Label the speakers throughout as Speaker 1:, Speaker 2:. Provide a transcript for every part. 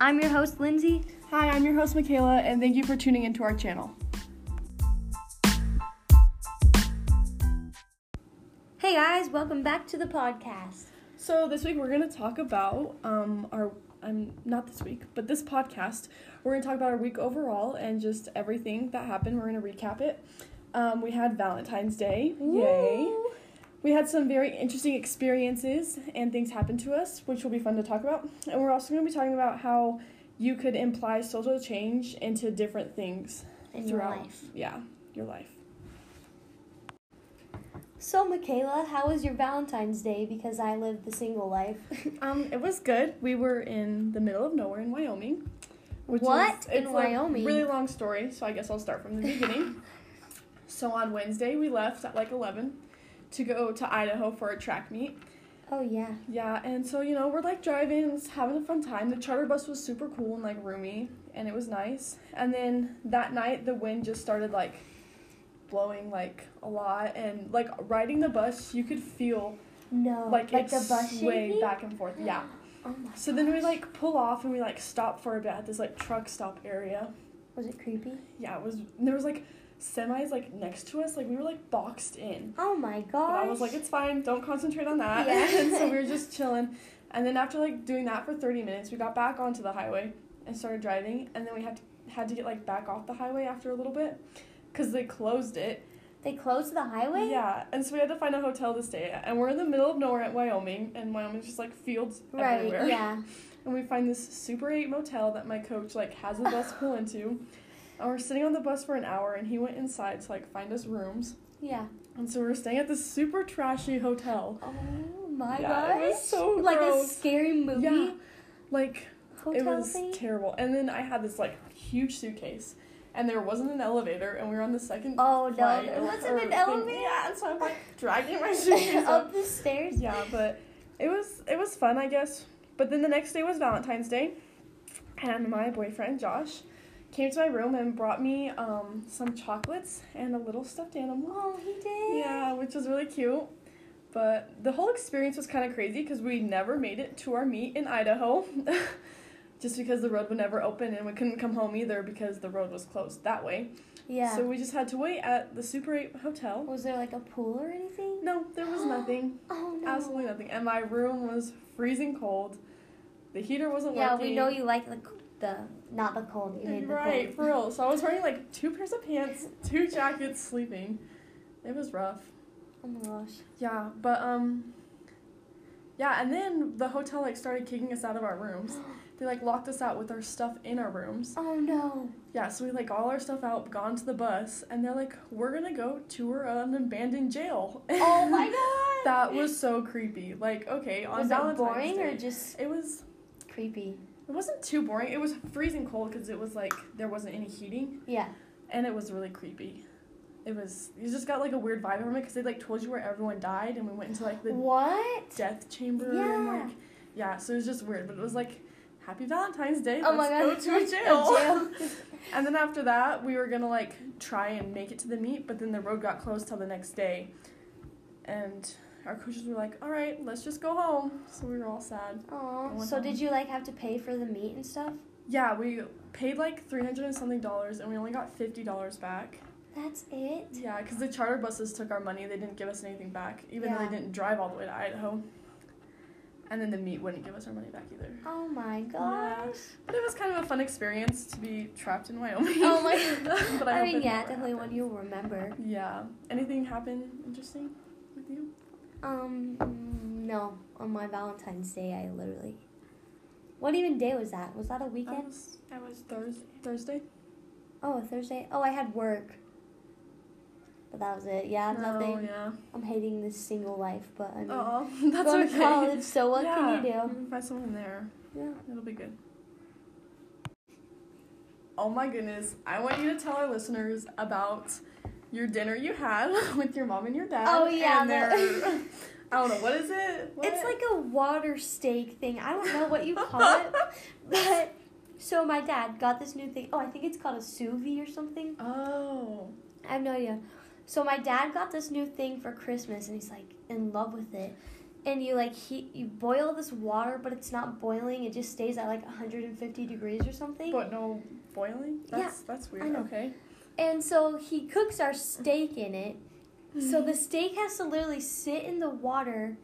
Speaker 1: I'm your host, Lindsay.
Speaker 2: Hi, I'm your host, Michaela, and thank you for tuning into our channel.
Speaker 1: Hey guys, welcome back to the podcast.
Speaker 2: So, this week we're going to talk about um, our, I'm not this week, but this podcast, we're going to talk about our week overall and just everything that happened. We're going to recap it. Um, we had Valentine's Day. Yay.
Speaker 1: Woo.
Speaker 2: We had some very interesting experiences and things happen to us, which will be fun to talk about. And we're also going to be talking about how you could imply social change into different things
Speaker 1: In your
Speaker 2: throughout.
Speaker 1: life.
Speaker 2: Yeah, your life.
Speaker 1: So, Michaela, how was your Valentine's Day? Because I live the single life.
Speaker 2: Um, it was good. We were in the middle of nowhere in Wyoming. Which
Speaker 1: What?
Speaker 2: is
Speaker 1: In
Speaker 2: it's a
Speaker 1: Wyoming?
Speaker 2: Really long story, so I guess I'll start from the beginning. so on Wednesday, we left at like eleven to go to Idaho for a track meet.
Speaker 1: oh, yeah.
Speaker 2: Yeah, and so you know we're like driving, and just having a fun time. The charter bus was super cool and like roomy, and it was nice. And then that night, the wind just started like blowing like a lot, and like riding the bus, you could feel
Speaker 1: No.
Speaker 2: like, it
Speaker 1: Oh, the bus
Speaker 2: swayed
Speaker 1: shaking?
Speaker 2: back and forth. Yeah.
Speaker 1: Oh my.
Speaker 2: So then we like pull off and we like stop for a bit at this like truck stop area.
Speaker 1: Was it creepy?
Speaker 2: Yeah, it was there was like semis like next to us, like we were like boxed in.
Speaker 1: Oh my
Speaker 2: But
Speaker 1: gosh.
Speaker 2: I was like, it's fine, don't concentrate on that.
Speaker 1: Yeah.
Speaker 2: and so we were just chilling. And then after like doing that for thirty minutes, we got back onto the highway and started driving. And then we had to, had to get like back off the highway after a little bit because they closed it.
Speaker 1: they closed the highway?
Speaker 2: Yeah, and so we had to find a hotel to stay at. And we're in the middle of nowhere at Wyoming, and Wyoming's just like fields
Speaker 1: Right,
Speaker 2: everywhere.
Speaker 1: yeah.
Speaker 2: and we find this super 8 motel that my coach like has a bus pull into and we're sitting on the bus for an hour and he went inside to like find us rooms
Speaker 1: Yeah.
Speaker 2: and so we were staying at this super trashy hotel
Speaker 1: Oh my
Speaker 2: Yeah,
Speaker 1: gosh.
Speaker 2: it was so
Speaker 1: like
Speaker 2: gross.
Speaker 1: a scary movie
Speaker 2: yeah like
Speaker 1: hotel
Speaker 2: it was
Speaker 1: thing.
Speaker 2: terrible and then i had this like huge suitcase and there wasn't an elevator and we were on the second
Speaker 1: Oh, no,
Speaker 2: flight
Speaker 1: there
Speaker 2: or-
Speaker 1: wasn't
Speaker 2: or
Speaker 1: an
Speaker 2: thing.
Speaker 1: elevator?
Speaker 2: yeah and so i'm like dragging my suitcase up
Speaker 1: up the stairs.
Speaker 2: yeah, but it was it was fun, I guess. But then the next day was Valentine's Day, and my boyfriend Josh came to my room and brought me um, some chocolates and a little stuffed animal.
Speaker 1: Oh, he did.
Speaker 2: Yeah, which was really cute. But the whole experience was kind of crazy because we never made it to our meet in Idaho. Just because the road would never open and we couldn't come home either because the road was closed that way.
Speaker 1: Yeah.
Speaker 2: So we just had to wait at the Super 8 hotel.
Speaker 1: was there like a pool or anything?
Speaker 2: No, there was nothing.
Speaker 1: Oh no.
Speaker 2: Absolutely nothing. And my room was freezing cold. The heater wasn't
Speaker 1: Yeah,
Speaker 2: working.
Speaker 1: we know you like the c- the not the cold. You hate the
Speaker 2: Right,
Speaker 1: cold.
Speaker 2: for real. So I was wearing like two pairs of pants, two jackets, sleeping. It was rough.
Speaker 1: Oh my gosh.
Speaker 2: Yeah, but um yeah, and then the hotel like started kicking us out of our rooms. They like locked us out with our stuff in our rooms.
Speaker 1: Oh no.
Speaker 2: Yeah, so we like all our stuff out, gone to the bus, and they're like, "We're gonna go tour an abandoned jail."
Speaker 1: Oh my god.
Speaker 2: that was so creepy. Like, okay, on
Speaker 1: was
Speaker 2: Valentine's
Speaker 1: it boring
Speaker 2: Day,
Speaker 1: or just
Speaker 2: it was
Speaker 1: creepy?
Speaker 2: It wasn't too boring. It was freezing cold because it was like there wasn't any heating,
Speaker 1: Yeah.
Speaker 2: and it was really creepy. It was you just got like a weird vibe from it because they like told you where everyone died, and we went into like the
Speaker 1: what?
Speaker 2: death chamber and
Speaker 1: Yeah.
Speaker 2: like yeah. So it was just weird, but it was like Happy Valentine's Day.
Speaker 1: Oh my
Speaker 2: Let's
Speaker 1: god.
Speaker 2: go to a jail.
Speaker 1: jail.
Speaker 2: and then after that, we were gonna like try and make it to the meet, but then the road got closed till the next day, and our coaches were like, "All right, let's just go home." So we were all sad.
Speaker 1: Aw,
Speaker 2: Going
Speaker 1: So
Speaker 2: home.
Speaker 1: did you like have to pay for the meat and stuff?
Speaker 2: Yeah, we paid like three hundred and something dollars, and we only got fifty dollars back.
Speaker 1: That's it.
Speaker 2: Yeah, because the charter buses took our money; they didn't give us anything back, even though
Speaker 1: Yeah.
Speaker 2: they didn't drive all the way to Idaho. And then the meet wouldn't give us our money back either.
Speaker 1: Oh my gosh.
Speaker 2: But it was kind of a fun experience to be trapped in Wyoming.
Speaker 1: Oh my
Speaker 2: but I,
Speaker 1: I
Speaker 2: hope
Speaker 1: mean,
Speaker 2: it
Speaker 1: yeah,
Speaker 2: never
Speaker 1: definitely one
Speaker 2: happens.
Speaker 1: you'll remember.
Speaker 2: Yeah. Anything happen interesting with you?
Speaker 1: Um, no. On my Valentine's Day, I literally. What even day was that? Was that a
Speaker 2: I
Speaker 1: weekend?
Speaker 2: was, I was Thursday. Thursday.
Speaker 1: Oh, Thursday. Oh, I had work. But that was it. Yeah, nothing.
Speaker 2: Oh yeah.
Speaker 1: I'm hating this single life, but I mean,
Speaker 2: Oh, that's
Speaker 1: going
Speaker 2: okay.
Speaker 1: to college. So what
Speaker 2: yeah.
Speaker 1: can you do?
Speaker 2: can Find someone there.
Speaker 1: Yeah.
Speaker 2: It'll be good. Oh my goodness. I want you to tell our listeners about your dinner you had with your mom and your dad.
Speaker 1: Oh, yeah,
Speaker 2: And
Speaker 1: that-
Speaker 2: their, I don't know, what is it? What?
Speaker 1: It's like a water steak thing. I don't know what you call it, but so my dad got this new thing. Oh, I think it's called a sous vide or something.
Speaker 2: Oh.
Speaker 1: I have no idea. So my dad got this new thing for Christmas, and he's like in love with it. and you like heat you boil this water but it's not boiling it just stays at like 150 degrees or something
Speaker 2: But no boiling?
Speaker 1: Yeah,
Speaker 2: That's that's weird.
Speaker 1: I know.
Speaker 2: Okay.
Speaker 1: and so he cooks our steak in it so the steak has to literally sit in the water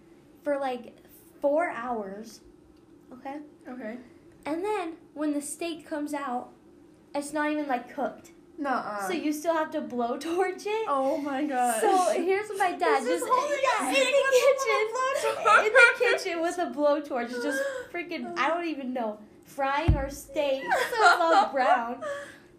Speaker 1: for like four hours okay
Speaker 2: Okay.
Speaker 1: and then when the steak comes out it's not even like cooked
Speaker 2: Nuh
Speaker 1: so you still have to blowtorch it
Speaker 2: Oh my god.
Speaker 1: So here's my dad
Speaker 2: He's just
Speaker 1: just
Speaker 2: holding
Speaker 1: yeah,
Speaker 2: a
Speaker 1: in
Speaker 2: stick
Speaker 1: the
Speaker 2: with a
Speaker 1: kitchen,
Speaker 2: little
Speaker 1: in the kitchen with a blowtorch, just
Speaker 2: Oh.
Speaker 1: freaking I don't even know frying our steak so it's all brown.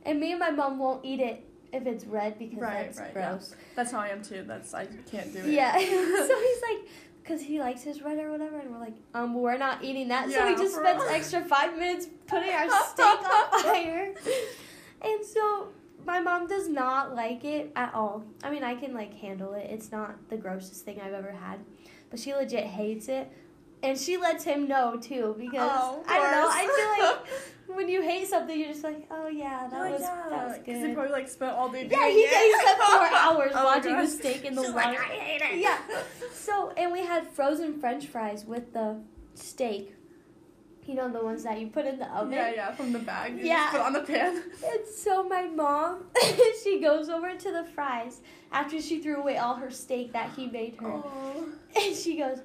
Speaker 1: And me and my mom won't eat it if it's red because
Speaker 2: Right,
Speaker 1: that's
Speaker 2: right, yeah.
Speaker 1: gross.
Speaker 2: That's how I am too. That's I can't do it.
Speaker 1: Yeah. so he's like, because he likes his red or whatever, and we're like, um, we're not eating that. so
Speaker 2: Yeah,
Speaker 1: he just
Speaker 2: for
Speaker 1: spends
Speaker 2: real.
Speaker 1: extra five minutes putting our steak on fire. And so my mom does not like it at all. I mean, I can like handle it. It's not the grossest thing I've ever had, but she legit hates it. And she lets him know too because
Speaker 2: Oh, of
Speaker 1: I don't know.
Speaker 2: course.
Speaker 1: I feel like when you hate something, you're just like, oh yeah, that
Speaker 2: Oh,
Speaker 1: was
Speaker 2: yeah.
Speaker 1: that was
Speaker 2: 'Cause
Speaker 1: good.
Speaker 2: he probably like spent all day.
Speaker 1: Yeah,
Speaker 2: doing
Speaker 1: he,
Speaker 2: it.
Speaker 1: he spent four hours
Speaker 2: Oh my
Speaker 1: watching the
Speaker 2: gosh.
Speaker 1: steak in the
Speaker 2: She's
Speaker 1: water.
Speaker 2: Like, I hate it.
Speaker 1: Yeah. So, and we had frozen French fries with the steak. You know the ones that you put in the oven.
Speaker 2: Yeah, yeah, from the bag. You
Speaker 1: Yeah.
Speaker 2: Just put it on the pan.
Speaker 1: And so my mom, she goes over to the fries after she threw away all her steak that he made her,
Speaker 2: Oh.
Speaker 1: and she goes,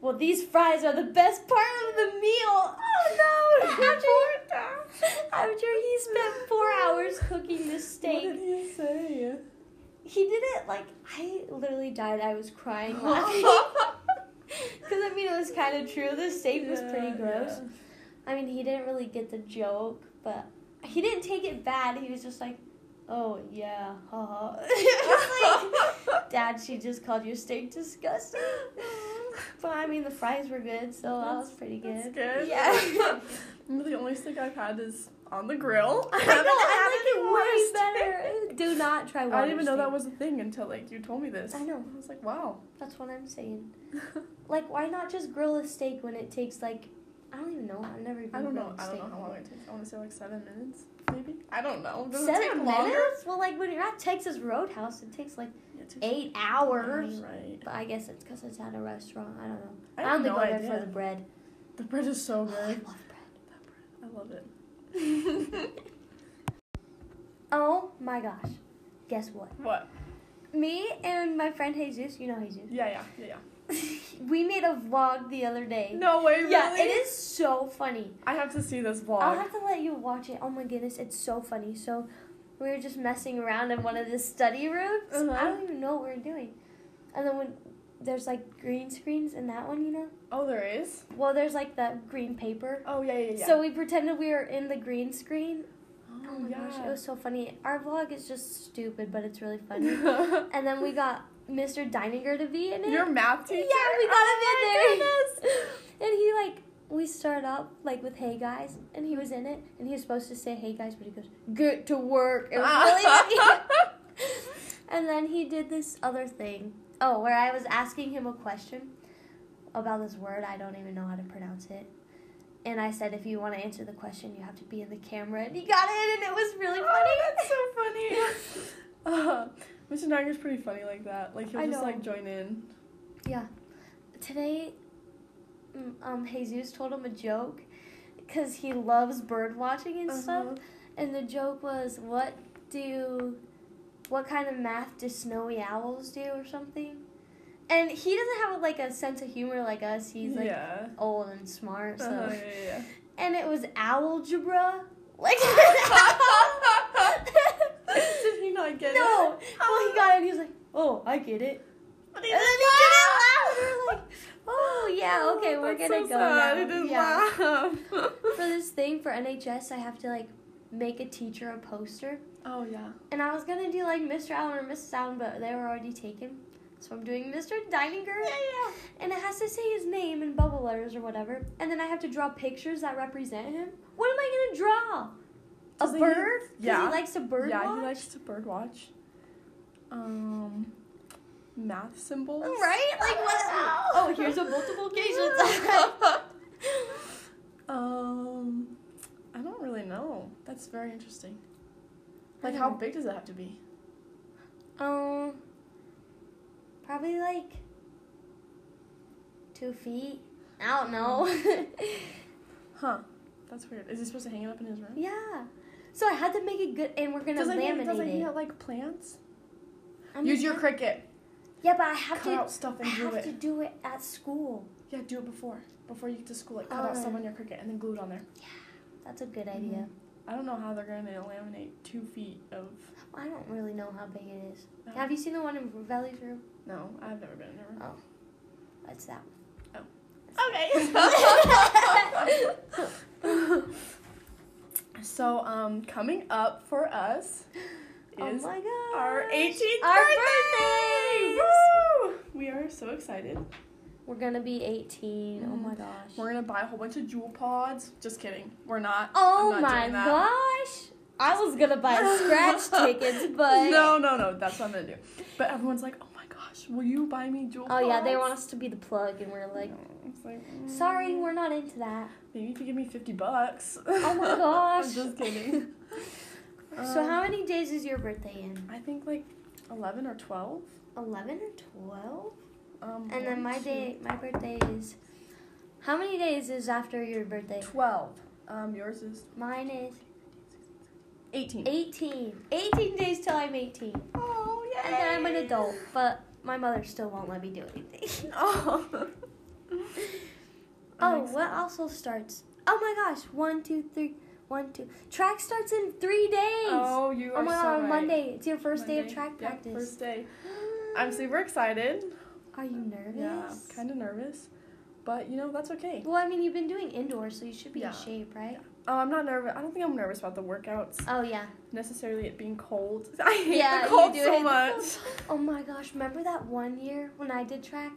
Speaker 1: "Well, these fries are the best part of the meal." Oh no! After, after he spent four hours cooking this steak,
Speaker 2: What did he say?
Speaker 1: he did it like I literally died. I was crying laughing. Because I mean, it was kind of true. The steak was pretty
Speaker 2: Yeah,
Speaker 1: gross.
Speaker 2: yeah.
Speaker 1: I mean, he didn't really get the joke, but he didn't take it bad. He was just like, "Oh yeah, haha." I was like, Dad, she just called your steak disgusting. But I mean, the fries were good, so that was pretty
Speaker 2: That's
Speaker 1: good.
Speaker 2: good.
Speaker 1: Yeah.
Speaker 2: the only steak I've had is on the grill. I
Speaker 1: I
Speaker 2: haven't
Speaker 1: know,
Speaker 2: had any more
Speaker 1: I like
Speaker 2: steak.
Speaker 1: it way better. Do not try.
Speaker 2: I didn't even know
Speaker 1: Watersteak.
Speaker 2: that was a thing until like you told me this.
Speaker 1: I know.
Speaker 2: I was like, wow.
Speaker 1: That's what I'm saying. Like, why not just grill a steak when it takes like, I don't even know. I've never even
Speaker 2: I don't know.
Speaker 1: grilled a
Speaker 2: I don't
Speaker 1: steak.
Speaker 2: know how long it takes. I want to say like seven minutes, maybe. I don't know. Does
Speaker 1: Seven
Speaker 2: it take
Speaker 1: minutes?
Speaker 2: longer?
Speaker 1: Well, like when you're at Texas Roadhouse, it takes like
Speaker 2: Yeah, it takes-
Speaker 1: eight hours.
Speaker 2: You're Right.
Speaker 1: But I guess it's because it's at a restaurant. I don't know.
Speaker 2: I
Speaker 1: I,
Speaker 2: have
Speaker 1: only
Speaker 2: no
Speaker 1: go there
Speaker 2: idea.
Speaker 1: for the bread.
Speaker 2: The bread is so
Speaker 1: Oh, I love
Speaker 2: good.
Speaker 1: bread.
Speaker 2: I love it.
Speaker 1: Oh my gosh. Guess what?
Speaker 2: What?
Speaker 1: Me and my friend Jesus, you know Jesus,
Speaker 2: Yeah, yeah, yeah,
Speaker 1: we made a vlog the other day.
Speaker 2: yeah. No way, really?
Speaker 1: Yeah, it is Uh-huh. so funny.
Speaker 2: I have to see this vlog.
Speaker 1: I'll have to let you watch it. Oh my goodness, it's so funny. So we were just messing around in one of the study rooms.
Speaker 2: Uh-huh.
Speaker 1: I don't even know what we we're doing. And then when there's like green screens in that one, you know?
Speaker 2: oh, there is.
Speaker 1: Well, there's like that green paper.
Speaker 2: Oh yeah, yeah, yeah.
Speaker 1: So we pretended we were in the green screen.
Speaker 2: oh,
Speaker 1: Oh my
Speaker 2: yeah.
Speaker 1: gosh, it was so funny. Our vlog is just stupid, but it's really funny. and then we got Mr. Deininger to be in it.
Speaker 2: Your math
Speaker 1: yeah,
Speaker 2: teacher.
Speaker 1: we got
Speaker 2: Oh
Speaker 1: him in
Speaker 2: my
Speaker 1: there.
Speaker 2: goodness.
Speaker 1: And he like we start up like with hey guys and he was in it and he was supposed to say hey guys but he goes get to work it was really funny. and then he did this other thing oh where i was asking him a question about this word i don't even know how to pronounce it and i said if you want to answer the question you have to be in the camera and he got it and it was really funny
Speaker 2: Oh, that's so funny. Uh, Mr. Niger's pretty funny like that. Like he'll
Speaker 1: I
Speaker 2: just
Speaker 1: know.
Speaker 2: like join in.
Speaker 1: Yeah. Today, mm, um, Jesus told him a joke because he loves bird watching and stuff.
Speaker 2: Uh-huh.
Speaker 1: And the joke was, what do, what kind of math do snowy owls do or something? And he doesn't have like a sense of humor like us. He's like
Speaker 2: yeah.
Speaker 1: old and smart. So.
Speaker 2: Uh-huh, yeah, yeah,
Speaker 1: And it was algebra. Like.
Speaker 2: yeah. Did he not get
Speaker 1: no.
Speaker 2: it?
Speaker 1: Well, he got it. And he was like, oh, I get it.
Speaker 2: But
Speaker 1: And then he didn't laugh. We were like, oh yeah, okay, we're
Speaker 2: That's
Speaker 1: gonna
Speaker 2: so
Speaker 1: go
Speaker 2: sad.
Speaker 1: now.
Speaker 2: He didn't
Speaker 1: yeah.
Speaker 2: laugh.
Speaker 1: For this thing for NHS, I have to like make a teacher a poster,
Speaker 2: oh yeah.
Speaker 1: and I was gonna do like Mr. Allen or Mrs. Allen, but they were already taken. So I'm doing Mr. Deininger,
Speaker 2: yeah.
Speaker 1: and it has to say his name in bubble letters or whatever, and then I have to draw pictures that represent him. What am I gonna draw?
Speaker 2: Does
Speaker 1: a
Speaker 2: he-
Speaker 1: bird? 'Cause
Speaker 2: yeah.
Speaker 1: He likes a bird.
Speaker 2: yeah,
Speaker 1: watch?
Speaker 2: he likes to bird watch. Um, math symbols.
Speaker 1: Right? Like what? Oh, here's a multiplication sign.
Speaker 2: Um, I don't really know. That's very interesting. Like,
Speaker 1: I
Speaker 2: how
Speaker 1: know.
Speaker 2: big does it have to be?
Speaker 1: Um, probably like two feet. I don't know.
Speaker 2: Huh. That's weird. Is he supposed to hang it up in his room?
Speaker 1: yeah. So I had to make it good, and we're gonna
Speaker 2: doesn't he,
Speaker 1: laminate
Speaker 2: doesn't
Speaker 1: it.
Speaker 2: he have like plants?
Speaker 1: I mean,
Speaker 2: Use your cricket.
Speaker 1: yeah, but I have
Speaker 2: Cut
Speaker 1: to.
Speaker 2: out stuff
Speaker 1: I
Speaker 2: and do
Speaker 1: have
Speaker 2: it.
Speaker 1: to do it at school.
Speaker 2: Yeah, do it before. Before you get to school, like cut out
Speaker 1: Okay.
Speaker 2: stuff on your cricket and then glue it on there.
Speaker 1: That's a good idea.
Speaker 2: I don't know how they're gonna laminate two feet of. Mm-hmm.
Speaker 1: I don't really know how big it is.
Speaker 2: No.
Speaker 1: Have you seen the one in Valley's room?
Speaker 2: No, I've never been in a room.
Speaker 1: That's that one.
Speaker 2: Oh. Okay. so, um, coming up for us is
Speaker 1: oh my god.
Speaker 2: our 18th
Speaker 1: Our
Speaker 2: birthday!
Speaker 1: birthdays!
Speaker 2: Woo! We are so excited.
Speaker 1: We're gonna be 18. Oh
Speaker 2: Mm.
Speaker 1: my gosh.
Speaker 2: We're gonna buy a whole bunch of jewel pods. Just kidding. We're not.
Speaker 1: oh
Speaker 2: I'm not
Speaker 1: my
Speaker 2: doing that.
Speaker 1: gosh. I was gonna buy scratch tickets, but.
Speaker 2: no, no, no. That's what I'm gonna do. But everyone's like, "Oh my gosh, will you buy me jewel?"
Speaker 1: Oh yeah, they want
Speaker 2: pods?"
Speaker 1: us to be the plug, and we're like,
Speaker 2: No, it's like,
Speaker 1: sorry,
Speaker 2: mm,
Speaker 1: we're not into that.
Speaker 2: Maybe if you give me fifty bucks.
Speaker 1: Oh my
Speaker 2: I'm
Speaker 1: gosh.
Speaker 2: just kidding.
Speaker 1: so
Speaker 2: Um,
Speaker 1: how many days is your birthday in?
Speaker 2: I think like eleven or twelve.
Speaker 1: 11 or 12?
Speaker 2: Um,
Speaker 1: And then
Speaker 2: one,
Speaker 1: my
Speaker 2: two-
Speaker 1: day, my birthday is. How many days is after your birthday?
Speaker 2: Twelve. Um, yours is
Speaker 1: Mine is
Speaker 2: eighteen.
Speaker 1: 18. 18 days till I'm 18.
Speaker 2: Oh yeah.
Speaker 1: And then I'm an adult, but my mother still won't let me do anything.
Speaker 2: Oh. I'm
Speaker 1: oh, what also starts? Oh my gosh, one, two, three, one, two. Track starts in three days.
Speaker 2: Oh, you
Speaker 1: Oh
Speaker 2: are
Speaker 1: my
Speaker 2: so
Speaker 1: god, on
Speaker 2: right.
Speaker 1: Monday. It's your first day of
Speaker 2: Monday.
Speaker 1: track
Speaker 2: Yeah,
Speaker 1: practice.
Speaker 2: first day. I'm super excited.
Speaker 1: Are you nervous?
Speaker 2: Yeah, kind of nervous, but you know that's okay.
Speaker 1: Well, I mean, you've been doing indoor, so you should be
Speaker 2: Yeah.
Speaker 1: in shape, right?
Speaker 2: Oh, I'm not nervous. I don't think I'm nervous about the workouts
Speaker 1: Oh yeah.
Speaker 2: necessarily. It being cold. I hate
Speaker 1: Yeah,
Speaker 2: the
Speaker 1: you
Speaker 2: cold
Speaker 1: do
Speaker 2: so
Speaker 1: hate the
Speaker 2: much.
Speaker 1: Oh my gosh, remember that one year when I did track,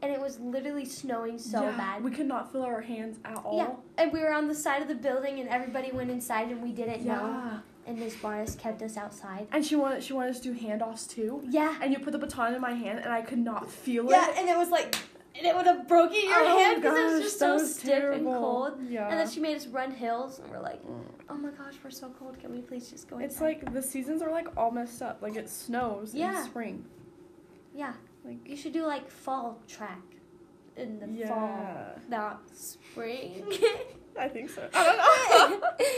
Speaker 1: and it was literally snowing so
Speaker 2: Yeah,
Speaker 1: bad.
Speaker 2: We could not feel our hands at all.
Speaker 1: Yeah, and we were on the side of the building, and everybody went inside, and we didn't know.
Speaker 2: Yeah.
Speaker 1: And Miss Barnes kept us outside.
Speaker 2: And she wanted she wanted us to do handoffs too.
Speaker 1: Yeah.
Speaker 2: And you put the baton in my hand, and I could not feel
Speaker 1: Yeah,
Speaker 2: it.
Speaker 1: and it was like, and it would have broken your
Speaker 2: Oh
Speaker 1: hand because it
Speaker 2: gosh,
Speaker 1: was just
Speaker 2: that
Speaker 1: so
Speaker 2: was
Speaker 1: stiff and
Speaker 2: terrible.
Speaker 1: cold.
Speaker 2: Yeah.
Speaker 1: And then she made us run hills, and we're like, oh my gosh, we're so cold. Can we please just go
Speaker 2: it's
Speaker 1: inside?
Speaker 2: like the seasons are like all messed up. Like it snows
Speaker 1: Yeah.
Speaker 2: in spring.
Speaker 1: yeah,
Speaker 2: Like
Speaker 1: you should do like fall track in the fall,
Speaker 2: yeah.
Speaker 1: not spring. Oh,
Speaker 2: I think so. Oh, I don't know.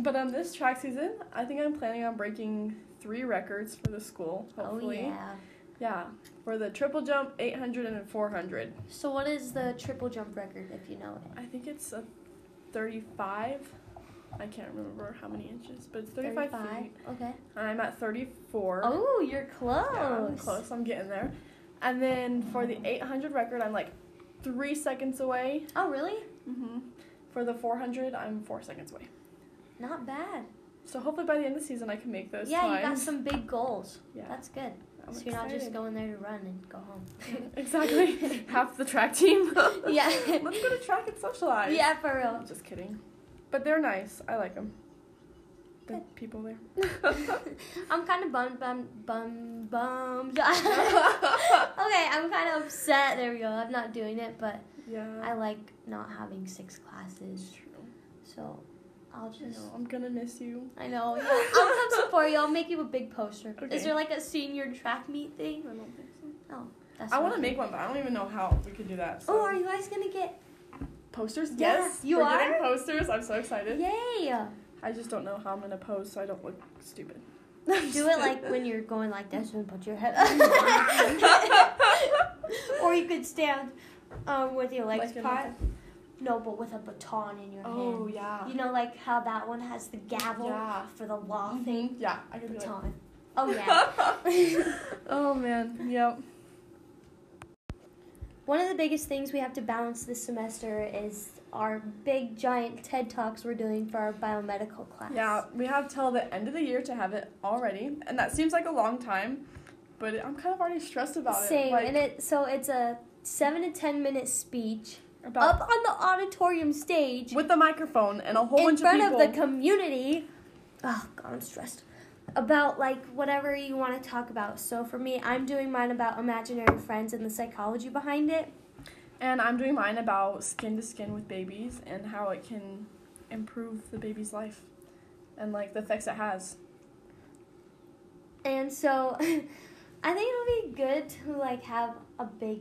Speaker 2: But um, this track season, I think I'm planning on breaking three records for the school.
Speaker 1: oh
Speaker 2: Hopefully,
Speaker 1: yeah.
Speaker 2: Yeah, for the triple jump, 800 and 400.
Speaker 1: So what is the triple jump record if you know it?
Speaker 2: I think it's a 35. I can't remember how many inches, but it's 35, feet.
Speaker 1: Okay.
Speaker 2: And I'm at 34.
Speaker 1: Oh, you're close.
Speaker 2: Yeah, I'm close. I'm getting there. And then for the 800 record, I'm like three seconds away.
Speaker 1: Oh, really?
Speaker 2: hmm For the 400, I'm four seconds away.
Speaker 1: Not bad.
Speaker 2: So hopefully by the end of the season, I can make those
Speaker 1: yeah, you got
Speaker 2: times.
Speaker 1: some big goals.
Speaker 2: Yeah.
Speaker 1: That's good.
Speaker 2: I'm
Speaker 1: so you're not just
Speaker 2: excited.
Speaker 1: going there to run and go home.
Speaker 2: Exactly. Half the track team.
Speaker 1: Yeah.
Speaker 2: Let's go to track and socialize.
Speaker 1: yeah, for
Speaker 2: I'm just kidding. But they're nice. I like them. The people there.
Speaker 1: real. I'm kind of bummed, bummed, bummed, bummed. okay, I'm kind of upset. There we go. I'm not doing it, but I
Speaker 2: Yeah.
Speaker 1: like not having six classes.
Speaker 2: It's true.
Speaker 1: So I'll
Speaker 2: I
Speaker 1: just.
Speaker 2: know. I'm gonna miss you.
Speaker 1: I know. Yeah. I'll come support you. I'll make you a big poster.
Speaker 2: Okay.
Speaker 1: Is there like a senior track meet thing? Oh,
Speaker 2: I don't think so.
Speaker 1: That's
Speaker 2: I
Speaker 1: what
Speaker 2: want to
Speaker 1: I'm-
Speaker 2: make one, but I don't even know how we could do that. So.
Speaker 1: Oh, are you guys gonna get?
Speaker 2: posters?
Speaker 1: Yeah,
Speaker 2: Yes.
Speaker 1: you
Speaker 2: We're
Speaker 1: are?
Speaker 2: getting posters. I'm so excited.
Speaker 1: Yay!
Speaker 2: I just don't know how I'm gonna pose so I don't look stupid.
Speaker 1: Do it like when you're going like this and put your head up. or you could stand um, with your legs
Speaker 2: Like in,
Speaker 1: apart.
Speaker 2: like,
Speaker 1: No, but with a baton in your
Speaker 2: Oh
Speaker 1: hand.
Speaker 2: yeah.
Speaker 1: You know, like how that one has the gavel
Speaker 2: Yeah.
Speaker 1: for the law
Speaker 2: Mhm.
Speaker 1: thing.
Speaker 2: Yeah. I could do it.
Speaker 1: Baton. Oh yeah.
Speaker 2: oh man. Yep.
Speaker 1: one of the biggest things we have to balance this semester is our big giant TED talks we're doing for our biomedical class.
Speaker 2: Yeah, we have till the end of the year to have it already, and that seems like a long time, but I'm kind of already stressed about it.
Speaker 1: Same,
Speaker 2: like,
Speaker 1: and it so it's a seven to ten minute speech
Speaker 2: about
Speaker 1: up on the auditorium stage
Speaker 2: with the microphone and a whole
Speaker 1: in
Speaker 2: bunch
Speaker 1: front
Speaker 2: of
Speaker 1: of,
Speaker 2: people.
Speaker 1: the community. Oh god, I'm stressed. About like whatever you want to talk about. So for me, I'm doing mine about imaginary friends and the psychology behind it.
Speaker 2: and I'm doing mine about skin to skin with babies and how it can improve the baby's life, and like the effects it has.
Speaker 1: And so I think it'll be good to like have a big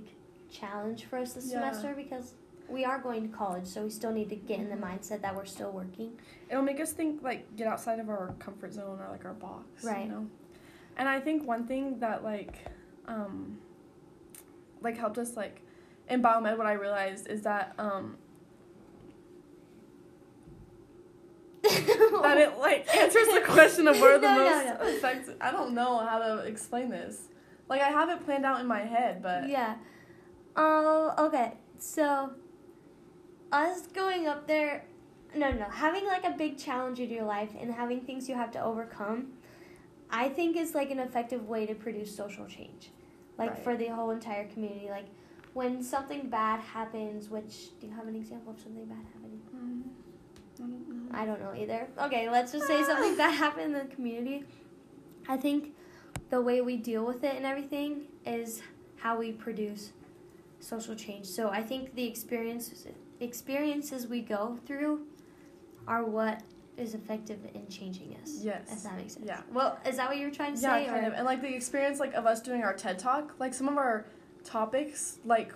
Speaker 1: challenge for us this
Speaker 2: Yeah.
Speaker 1: semester because we are going to college, so we still need to get in the
Speaker 2: Mm-hmm.
Speaker 1: mindset that we're still working.
Speaker 2: It'll make us think like get outside of our comfort zone or like our box,
Speaker 1: Right.
Speaker 2: You know? And I think one thing that like, um, like helped us like in biomed, what I realized is that um that it like answers the question of where the
Speaker 1: No,
Speaker 2: most
Speaker 1: no, no.
Speaker 2: effects. I don't know how to explain this. Like I have it planned out in my head, but
Speaker 1: yeah. Oh, okay. So, us going up there, no, no, having like a big challenge in your life and having things you have to overcome, I think is like an effective way to produce social change, like
Speaker 2: Right.
Speaker 1: for the whole entire community. Like when something bad happens, which do you have an example of something bad happening?
Speaker 2: Mm, I don't know.
Speaker 1: I don't know either. Okay, let's just say something that happened in the community. I think the way we deal with it and everything is how we produce social change. So I think the experiences experiences we go through are what is effective in changing us. If
Speaker 2: Yes.
Speaker 1: that makes sense.
Speaker 2: Yeah.
Speaker 1: Well, is that what you're trying to
Speaker 2: Yeah,
Speaker 1: say?
Speaker 2: kind
Speaker 1: or-
Speaker 2: of. And like the experience like of us doing our TED Talk, like some of our topics, like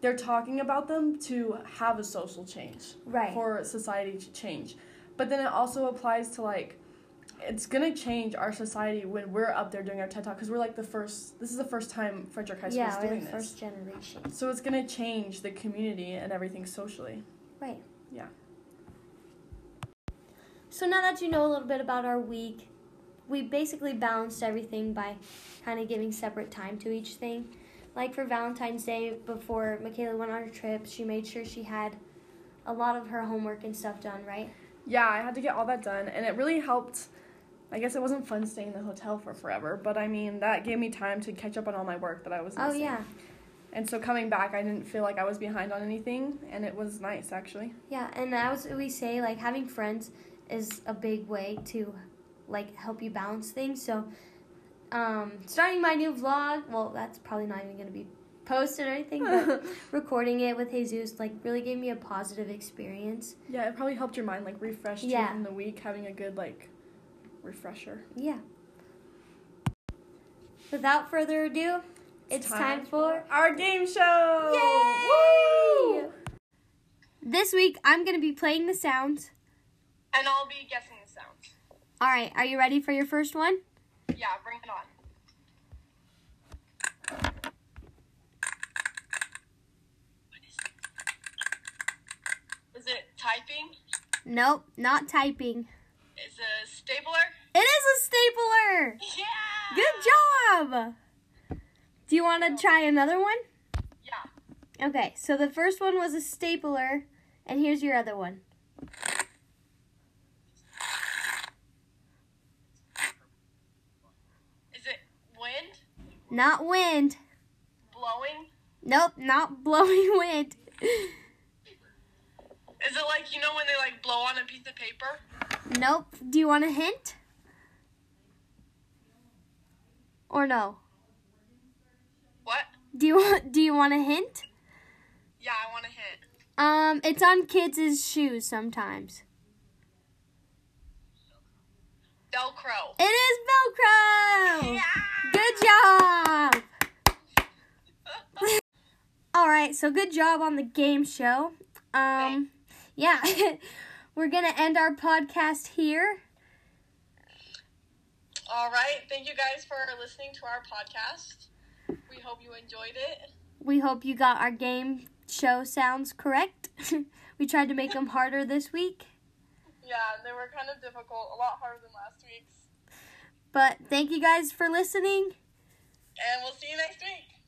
Speaker 2: they're talking about them to have a social change
Speaker 1: Right.
Speaker 2: for society to change. But then it also applies to like it's gonna change our society when we're up there doing our TED Talk because we're like the first. This is the first time Frederick High School
Speaker 1: yeah,
Speaker 2: is
Speaker 1: we're
Speaker 2: doing
Speaker 1: the
Speaker 2: this.
Speaker 1: first generation.
Speaker 2: So it's gonna change the community and everything socially.
Speaker 1: So now that you know a little bit about our week, we basically balanced everything by kind of giving separate time to each thing. Like for Valentine's Day, before Michaela went on her trip, she made sure she had a lot of her homework and stuff done, right?
Speaker 2: Yeah, I had to get all that done, and it really helped. I guess it wasn't fun staying in the hotel for forever, but I mean that gave me time to catch up on all my work that I was
Speaker 1: Oh
Speaker 2: missing.
Speaker 1: yeah,
Speaker 2: And so coming back, I didn't feel like I was behind on anything, and it was nice actually.
Speaker 1: yeah. And I was we say like having friends is a big way to like help you balance things. So um, starting my new vlog, well, that's probably not even gonna be posted or anything, but recording it with Jesus like really gave me a positive experience.
Speaker 2: yeah, it probably helped your mind like refresh you
Speaker 1: Yeah.
Speaker 2: in the week, having a good like refresher.
Speaker 1: Yeah. Without further ado, it's, time, for
Speaker 2: our game show.
Speaker 1: Yay!
Speaker 2: Woo!
Speaker 1: This week I'm going to be playing the sounds.
Speaker 3: And I'll be guessing the sounds.
Speaker 1: All right, are you ready for your first one?
Speaker 3: Yeah, bring it on. Is it typing?
Speaker 1: Nope, not typing.
Speaker 3: Is it a stapler?
Speaker 1: It is a stapler.
Speaker 3: Yeah!
Speaker 1: Good job. Do you want to try another one?
Speaker 3: Yeah.
Speaker 1: Okay, so the first one was a stapler, and here's your other one.
Speaker 3: Is it wind?
Speaker 1: Not wind.
Speaker 3: Blowing?
Speaker 1: Nope, not blowing wind.
Speaker 3: Is it like, you know, when they like blow on a piece of paper?
Speaker 1: Nope. Do you want a hint? Or no?
Speaker 3: What?
Speaker 1: Do you want do you want a hint?
Speaker 3: Yeah, I want a hint.
Speaker 1: Um, it's on kids' shoes sometimes.
Speaker 3: Velcro.
Speaker 1: It is Velcro!
Speaker 3: Yeah!
Speaker 1: Good job! Alright, so good job on the game show. Um yeah. We're gonna end our podcast here.
Speaker 3: All right. Thank you guys for listening to our podcast. We hope you enjoyed it.
Speaker 1: We hope you got our game show sounds correct. we tried to make them harder this week.
Speaker 3: Yeah, they were kind of difficult, a lot harder than last week's.
Speaker 1: But thank you guys for listening.
Speaker 3: And we'll see you next week.